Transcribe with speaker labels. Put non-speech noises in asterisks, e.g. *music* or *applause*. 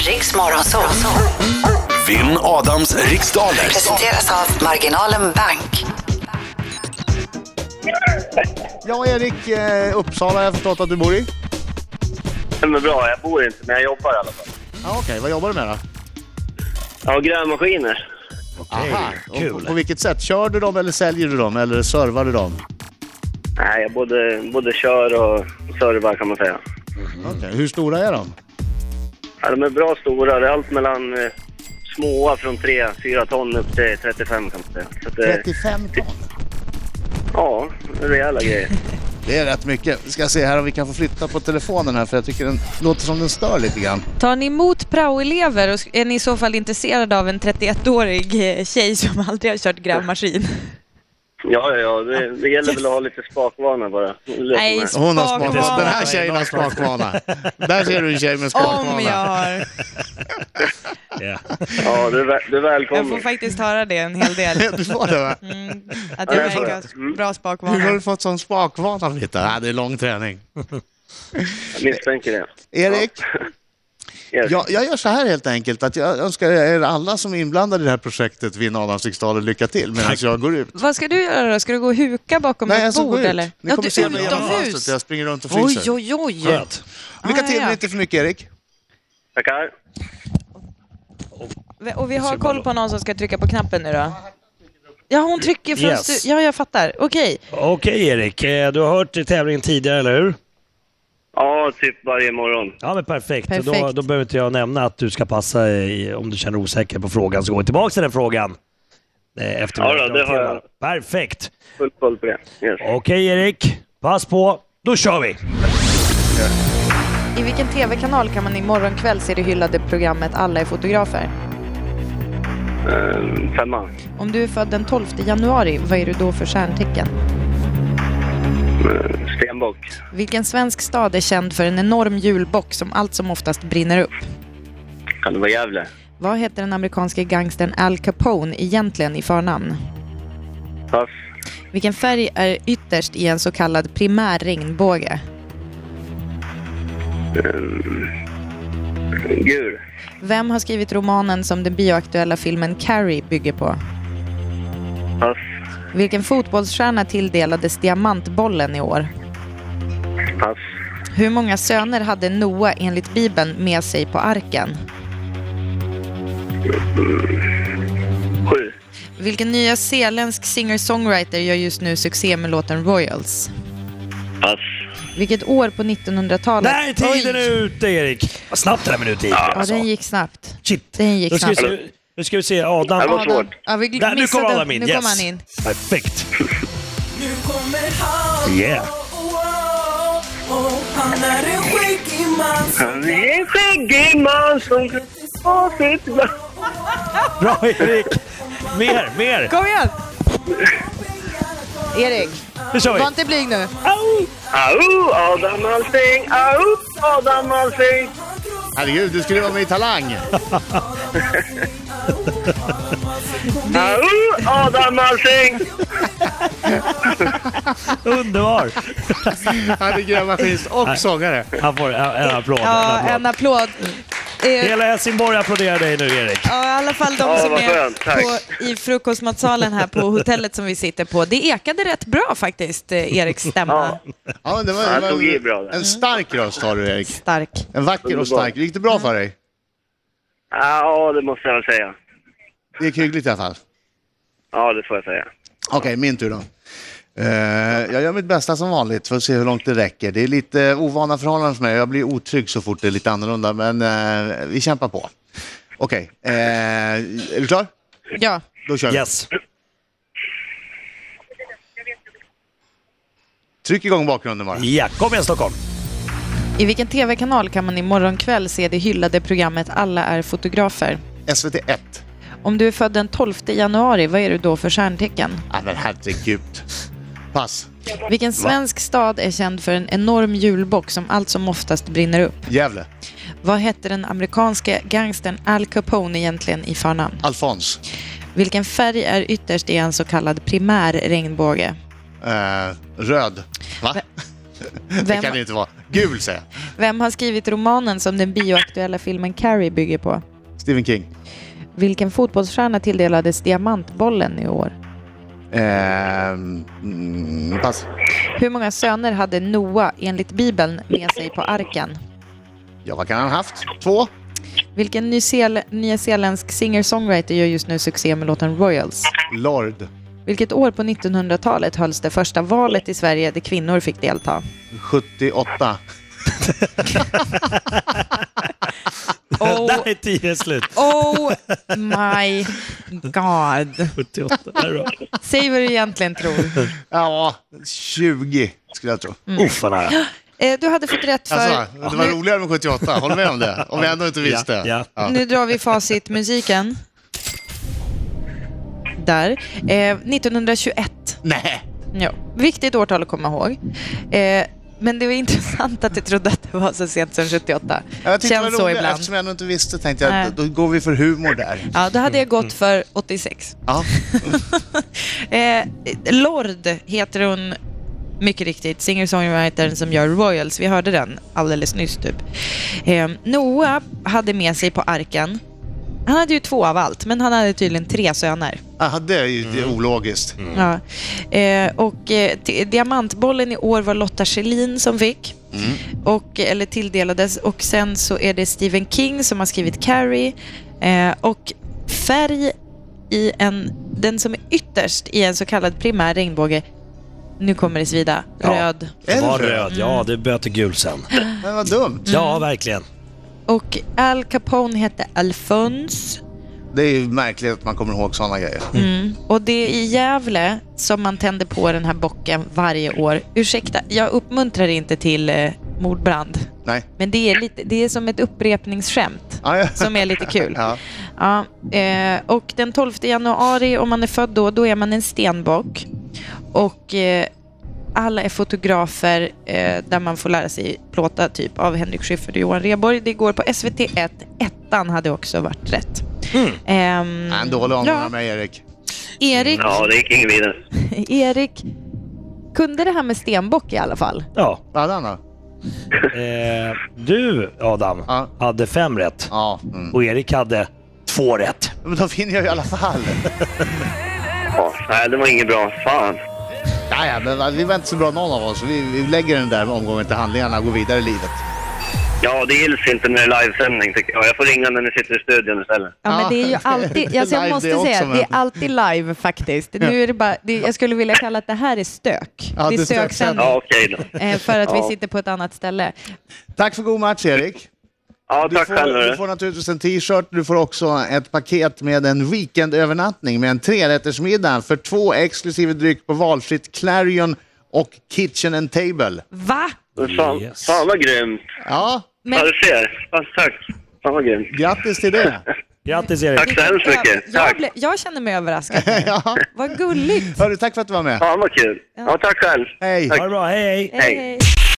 Speaker 1: Riks Morgonzoo.
Speaker 2: Vinn Adams riksdaler.
Speaker 1: Presenteras av Marginalen Bank.
Speaker 3: Ja, Erik, eh, Uppsala har jag förstått att du bor i.
Speaker 4: Det är bra, jag bor inte men jag jobbar i alla fall.
Speaker 3: Ja, Okej, vad jobbar du med då?
Speaker 4: Ja, grävmaskiner.
Speaker 3: Aha, kul. Och på, på vilket sätt? Kör du dem eller säljer du dem eller servar du dem?
Speaker 4: Nej, jag både, både kör och servar kan man säga.
Speaker 3: Okej, Hur stora är de?
Speaker 4: Ja, de är bra stora. Det är allt mellan eh, småa från 3-4 ton upp till 35 kan man säga. Så att, eh,
Speaker 3: 35 ton.
Speaker 4: ja, rejäla grejer.
Speaker 3: Det är rätt mycket. Vi ska se här om vi kan få flytta på telefonen här för jag tycker den låter som den stör lite grann.
Speaker 5: Tar ni emot praoelever och är ni i så fall intresserade av en 31-årig eh, tjej som *laughs* aldrig har
Speaker 3: *laughs*
Speaker 5: kört grävmaskin?
Speaker 4: *laughs* Ja, ja, ja. Det, det gäller väl att ha lite spakvana bara. Lite
Speaker 5: Nej,
Speaker 4: med.
Speaker 3: Hon har spakvana.
Speaker 5: Spakvana.
Speaker 3: Den här tjejen har spakvana. Där ser du en tjej med
Speaker 5: Om jag
Speaker 3: spakvana.
Speaker 5: har.
Speaker 6: Ja.
Speaker 4: Ja, du är, väl- du är
Speaker 5: Jag får
Speaker 4: välkommen.
Speaker 5: faktiskt höra det en hel del.
Speaker 3: *laughs* Du får det va?
Speaker 5: Mm, att jag verkar ha
Speaker 3: Mm.
Speaker 5: sk- bra
Speaker 3: Hur har du
Speaker 5: spakvana.
Speaker 3: fått sån spakvana Britta? Ja, det är lång träning.
Speaker 4: Jag misstänker det.
Speaker 3: Erik,
Speaker 4: Yes.
Speaker 3: jag, jag gör så här helt enkelt att jag önskar er alla som är inblandade i det här projektet Vinn Adams riksdaler lycka till medan jag går ut.
Speaker 5: Vad ska du göra då? Ska du gå och huka bakom
Speaker 3: Nej,
Speaker 5: ett
Speaker 3: alltså
Speaker 5: bord
Speaker 3: gå ut.
Speaker 5: eller?
Speaker 3: Ni
Speaker 5: Ja,
Speaker 3: kommer
Speaker 5: du,
Speaker 3: se mig genom
Speaker 5: utomhus?
Speaker 3: fönstret. Jag springer runt och
Speaker 5: Oj,
Speaker 3: fryser.
Speaker 5: oj, oj.
Speaker 6: Skönt.
Speaker 3: Lycka
Speaker 5: Ah,
Speaker 3: till,
Speaker 5: ja,
Speaker 3: men
Speaker 5: ja.
Speaker 3: inte för mycket Erik.
Speaker 4: Tackar.
Speaker 5: Och vi har koll på någon som ska trycka på knappen nu då? Ja, hon trycker från
Speaker 6: Yes.
Speaker 5: stu- Ja, jag fattar. Okej.
Speaker 6: Okej Erik, eh, du har hört tävlingen tidigare, eller hur?
Speaker 4: Ja, typ varje morgon.
Speaker 6: Ja men perfekt.
Speaker 5: Perfekt.
Speaker 6: Då, då behöver inte jag nämna att du ska passa i, om du känner dig osäker på frågan så gå tillbaka till den frågan. Eh, Efter
Speaker 4: Ja, då, det har jag.
Speaker 6: Perfekt.
Speaker 4: Full koll på det. Yes.
Speaker 6: Okej Erik, pass på. Då kör vi!
Speaker 5: I vilken tv-kanal kan man imorgon kväll se det hyllade programmet Alla är fotografer?
Speaker 4: Ehm, femma.
Speaker 5: Om du är född den 12 januari, vad är du då för stjärntecken?
Speaker 4: Ehm, Stenbock.
Speaker 5: Vilken svensk stad är känd för en enorm julbock som allt som oftast brinner upp?
Speaker 4: Kan det vara Gävle?
Speaker 5: Vad heter den amerikanske gangstern Al Capone egentligen i förnamn?
Speaker 4: Pass.
Speaker 5: Vilken färg är ytterst i en så kallad primär regnbåge?
Speaker 4: Gul.
Speaker 5: Vem har skrivit romanen som den bioaktuella filmen Carrie bygger på?
Speaker 4: Pass.
Speaker 5: Vilken fotbollsstjärna tilldelades Diamantbollen i år?
Speaker 4: Pass.
Speaker 5: Hur många söner hade Noa enligt Bibeln med sig på arken?
Speaker 4: Sju.
Speaker 5: Vilken nya zeeländsk singer-songwriter gör just nu succé med låten Royals?
Speaker 4: Pass.
Speaker 5: Vilket år på 1900-talet...
Speaker 6: Där är tiden
Speaker 5: Oj!
Speaker 6: ute Erik! Vad snabbt den här minuten gick.
Speaker 4: alltså.
Speaker 5: Ja, den gick snabbt.
Speaker 6: Shit.
Speaker 5: Den gick
Speaker 6: Nu ska, vi
Speaker 5: snabbt.
Speaker 6: se, nu ska vi se Adam.
Speaker 4: Det var svårt.
Speaker 5: ja, vi
Speaker 6: Där, nu kommer
Speaker 5: missade-
Speaker 6: Adam in.
Speaker 5: Nu
Speaker 6: yes.
Speaker 5: kommer han in.
Speaker 6: Perfekt.
Speaker 7: Nu kommer han
Speaker 6: Yeah.
Speaker 7: oh, oh, Han är en skäggig man som
Speaker 4: Han är en skäggig man som kan ta sitt land.
Speaker 6: Bra Erik! Mer, mer!
Speaker 5: Kom igen! Erik,
Speaker 6: Nu kör vi!
Speaker 5: var inte blyg nu.
Speaker 6: Au!
Speaker 4: Au, Adam Alsing! Au, Adam Alsing!
Speaker 3: Herregud, du skulle vara med i Talang.
Speaker 4: Au, Adam Alsing!
Speaker 6: Underbar!
Speaker 3: Han är grävmaskinist och sångare.
Speaker 6: Han får en, en applåd.
Speaker 5: Ja,
Speaker 6: en applåd.
Speaker 5: en applåd. Eh,
Speaker 6: Hela Helsingborg applåderar dig nu Erik.
Speaker 5: Ja, i alla fall de
Speaker 4: Ja,
Speaker 5: som
Speaker 4: vad
Speaker 5: är
Speaker 4: skönt. Tack.
Speaker 5: på, i frukostmatsalen här på hotellet som vi sitter på. Det ekade rätt bra faktiskt, eh, Eriks stämma.
Speaker 3: Ja, men det var, det
Speaker 4: Han
Speaker 3: var
Speaker 4: tog i bra
Speaker 3: en,
Speaker 4: där.
Speaker 3: en stark röst har du Erik.
Speaker 5: Stark.
Speaker 3: En vacker och
Speaker 4: Underbar.
Speaker 3: stark. Gick det bra för dig?
Speaker 4: Ja, det måste jag väl säga.
Speaker 3: Det gick hyggligt i alla fall.
Speaker 4: Ja, det får jag säga.
Speaker 3: Okej, min tur då. Eh, jag gör mitt bästa som vanligt för att se hur långt det räcker. Det är lite ovana förhållanden för mig. Jag blir otrygg så fort det är lite annorlunda, men eh, vi kämpar på. Okej, eh, är du klar?
Speaker 5: Ja.
Speaker 3: Då kör vi.
Speaker 6: Yes.
Speaker 3: Tryck igång bakgrunden bara.
Speaker 6: Ja, kom igen Stockholm.
Speaker 5: I vilken tv-kanal kan man imorgon kväll se det hyllade programmet Alla är fotografer?
Speaker 3: SVT 1.
Speaker 5: Om du är född den 12 januari, vad är du då för stjärntecken?
Speaker 3: Ah, men herregud. Pass.
Speaker 5: Vilken svensk stad är känd för en enorm julbock som allt som oftast brinner upp?
Speaker 3: Gävle.
Speaker 5: Vad hette den amerikanske gangstern Al Capone egentligen i förnamn?
Speaker 3: Alfons.
Speaker 5: Vilken färg är ytterst i en så kallad primär regnbåge?
Speaker 3: Eh, röd. Va? Det
Speaker 5: Vem,
Speaker 3: kan *laughs* det inte vara. Gul säger jag.
Speaker 5: vem har skrivit romanen som den bioaktuella filmen Carrie bygger på?
Speaker 3: Stephen King.
Speaker 5: Vilken fotbollsstjärna tilldelades Diamantbollen i år?
Speaker 3: Ehm, mm, pass.
Speaker 5: Hur många söner hade Noa enligt Bibeln med sig på arken?
Speaker 3: Ja, vad kan han ha haft? Två?
Speaker 5: Vilken nyzel- nyzeeländsk singer-songwriter gör just nu succé med låten Royals?
Speaker 3: Lord.
Speaker 5: Vilket år på 1900-talet hölls det första valet i Sverige där kvinnor fick delta?
Speaker 3: 78.
Speaker 5: Oh,
Speaker 6: *laughs* Där är tiden slut.
Speaker 5: *laughs* oh my god.
Speaker 6: 78. Där är bra.
Speaker 5: Säg vad du egentligen tror.
Speaker 3: Ja, 20 skulle jag tro.
Speaker 6: Uff, vad nära.
Speaker 5: Eh, Du hade fått rätt Mm. för...
Speaker 3: Alltså, det var roligare med 78. Håll med om det. Om jag ändå inte visste.
Speaker 6: Ja, ja.
Speaker 5: Nu drar vi facit musiken. Där. Eh, 1921.
Speaker 3: Nej.
Speaker 5: Ja. Viktigt årtal att komma ihåg. Eh, men det var *laughs* intressant att du trodde att det var så sent som 78.
Speaker 3: Jag tyckte
Speaker 5: Känns
Speaker 3: det var
Speaker 5: så
Speaker 3: roligt.
Speaker 5: ibland.
Speaker 3: Eftersom jag ändå inte visste tänkte jag
Speaker 5: Nej.
Speaker 3: att då går vi för humor där.
Speaker 5: Ja, då hade jag gått för 86.
Speaker 3: Ja.
Speaker 5: *laughs* eh, Lord heter hon mycket riktigt, singer-songwritern som gör Royals. Vi hörde den alldeles nyss typ. Eh, Noah hade med sig på arken, han hade ju två av allt, men han hade tydligen tre söner.
Speaker 3: Aha, det är ju det är
Speaker 6: Mm.
Speaker 3: ologiskt.
Speaker 5: Ja. Eh, och eh, ti- diamantbollen i år var Lotta Schelin som fick. Och, eller tilldelades. Och sen så är det Stephen King som har skrivit Carrie. Eh, och färg i en, den som är ytterst i en så kallad primär regnbåge. Nu kommer det svida.
Speaker 6: Ja.
Speaker 5: Röd.
Speaker 6: Det var
Speaker 3: Är det
Speaker 6: röd. Ja, det böter gul sen.
Speaker 3: Men vad dumt.
Speaker 6: Ja, verkligen.
Speaker 5: Och Al Capone hette Alphonse.
Speaker 3: Det är ju märkligt att man kommer ihåg sådana grejer.
Speaker 5: Och det är i Gävle som man tänder på den här bocken varje år. Ursäkta, jag uppmuntrar inte till eh, mordbrand.
Speaker 3: Nej.
Speaker 5: Men det är, lite, det är som ett upprepningsskämt
Speaker 3: Ja, ja.
Speaker 5: som är lite kul.
Speaker 3: *laughs* Ja.
Speaker 5: Ja, eh, och den 12 januari, om man är född då, då är man en stenbock. Och eh, alla är fotografer eh, där man får lära sig plåta typ av Henrik Schyffert och Johan Rheborg. Det går på SVT1. Ettan hade också varit rätt. Ehm,
Speaker 3: Nej, Mm. En dålig aning
Speaker 5: Ja.
Speaker 3: av mig, Erik.
Speaker 5: Erik,
Speaker 4: Ja, det gick inget vidare.
Speaker 5: Erik kunde det här med stenbock i alla fall.
Speaker 6: Ja.
Speaker 3: Vad hade han då?
Speaker 6: Eh, du, Adam,
Speaker 3: Ja.
Speaker 6: hade fem rätt.
Speaker 3: Ja. Mm.
Speaker 6: Och Erik hade två rätt.
Speaker 3: Men då vinner jag ju i alla fall.
Speaker 4: Ja, nej, det var inget bra. Fan.
Speaker 3: Ja, ja, men vi var inte så bra någon av oss. Vi, vi lägger den där omgången till handlingarna och går vidare i livet.
Speaker 4: Ja, det gills inte när det är livesändning tycker jag. Jag får ringa när ni sitter i studion istället.
Speaker 5: Ja, men det är ju
Speaker 3: Ja,
Speaker 5: alltid,
Speaker 3: det är
Speaker 5: alltså jag
Speaker 3: live
Speaker 5: måste
Speaker 3: det också,
Speaker 5: säga,
Speaker 3: men-
Speaker 5: det är alltid live faktiskt. Nu är det bara, det, jag skulle vilja kalla att det här är stök.
Speaker 3: Ja,
Speaker 5: det
Speaker 3: det
Speaker 5: är
Speaker 3: är
Speaker 5: stöksändning
Speaker 4: Ja, okej då.
Speaker 5: eh, för att vi
Speaker 4: Ja.
Speaker 5: sitter på ett annat ställe.
Speaker 3: Tack för god match, Erik.
Speaker 4: Ja,
Speaker 3: Du
Speaker 4: tack själv.
Speaker 3: får, du
Speaker 4: hörru.
Speaker 3: får naturligtvis en t-shirt. Du får också ett paket med en weekendövernattning med en trerättersmiddag för två exklusive dryck på valfritt Clarion och Kitchen and Table.
Speaker 5: Va?
Speaker 4: Fan,
Speaker 6: Yes.
Speaker 4: fan vad grymt.
Speaker 3: Ja,
Speaker 5: Men-
Speaker 4: Ja, du ser. Fan, tack. Fan vad grymt.
Speaker 3: grattis till det.
Speaker 6: Grattis Erik!
Speaker 4: Tack så hemskt mycket.
Speaker 5: Jag,
Speaker 4: Tack.
Speaker 5: blev, jag känner mig överraskad.
Speaker 3: *laughs* Ja.
Speaker 5: Vad gulligt.
Speaker 3: Hörru, tack för att du var med.
Speaker 4: Fan vad kul. Ja, tack själv.
Speaker 3: Hej.
Speaker 6: Ha det bra, hej hej!
Speaker 4: Hej.
Speaker 5: Hej.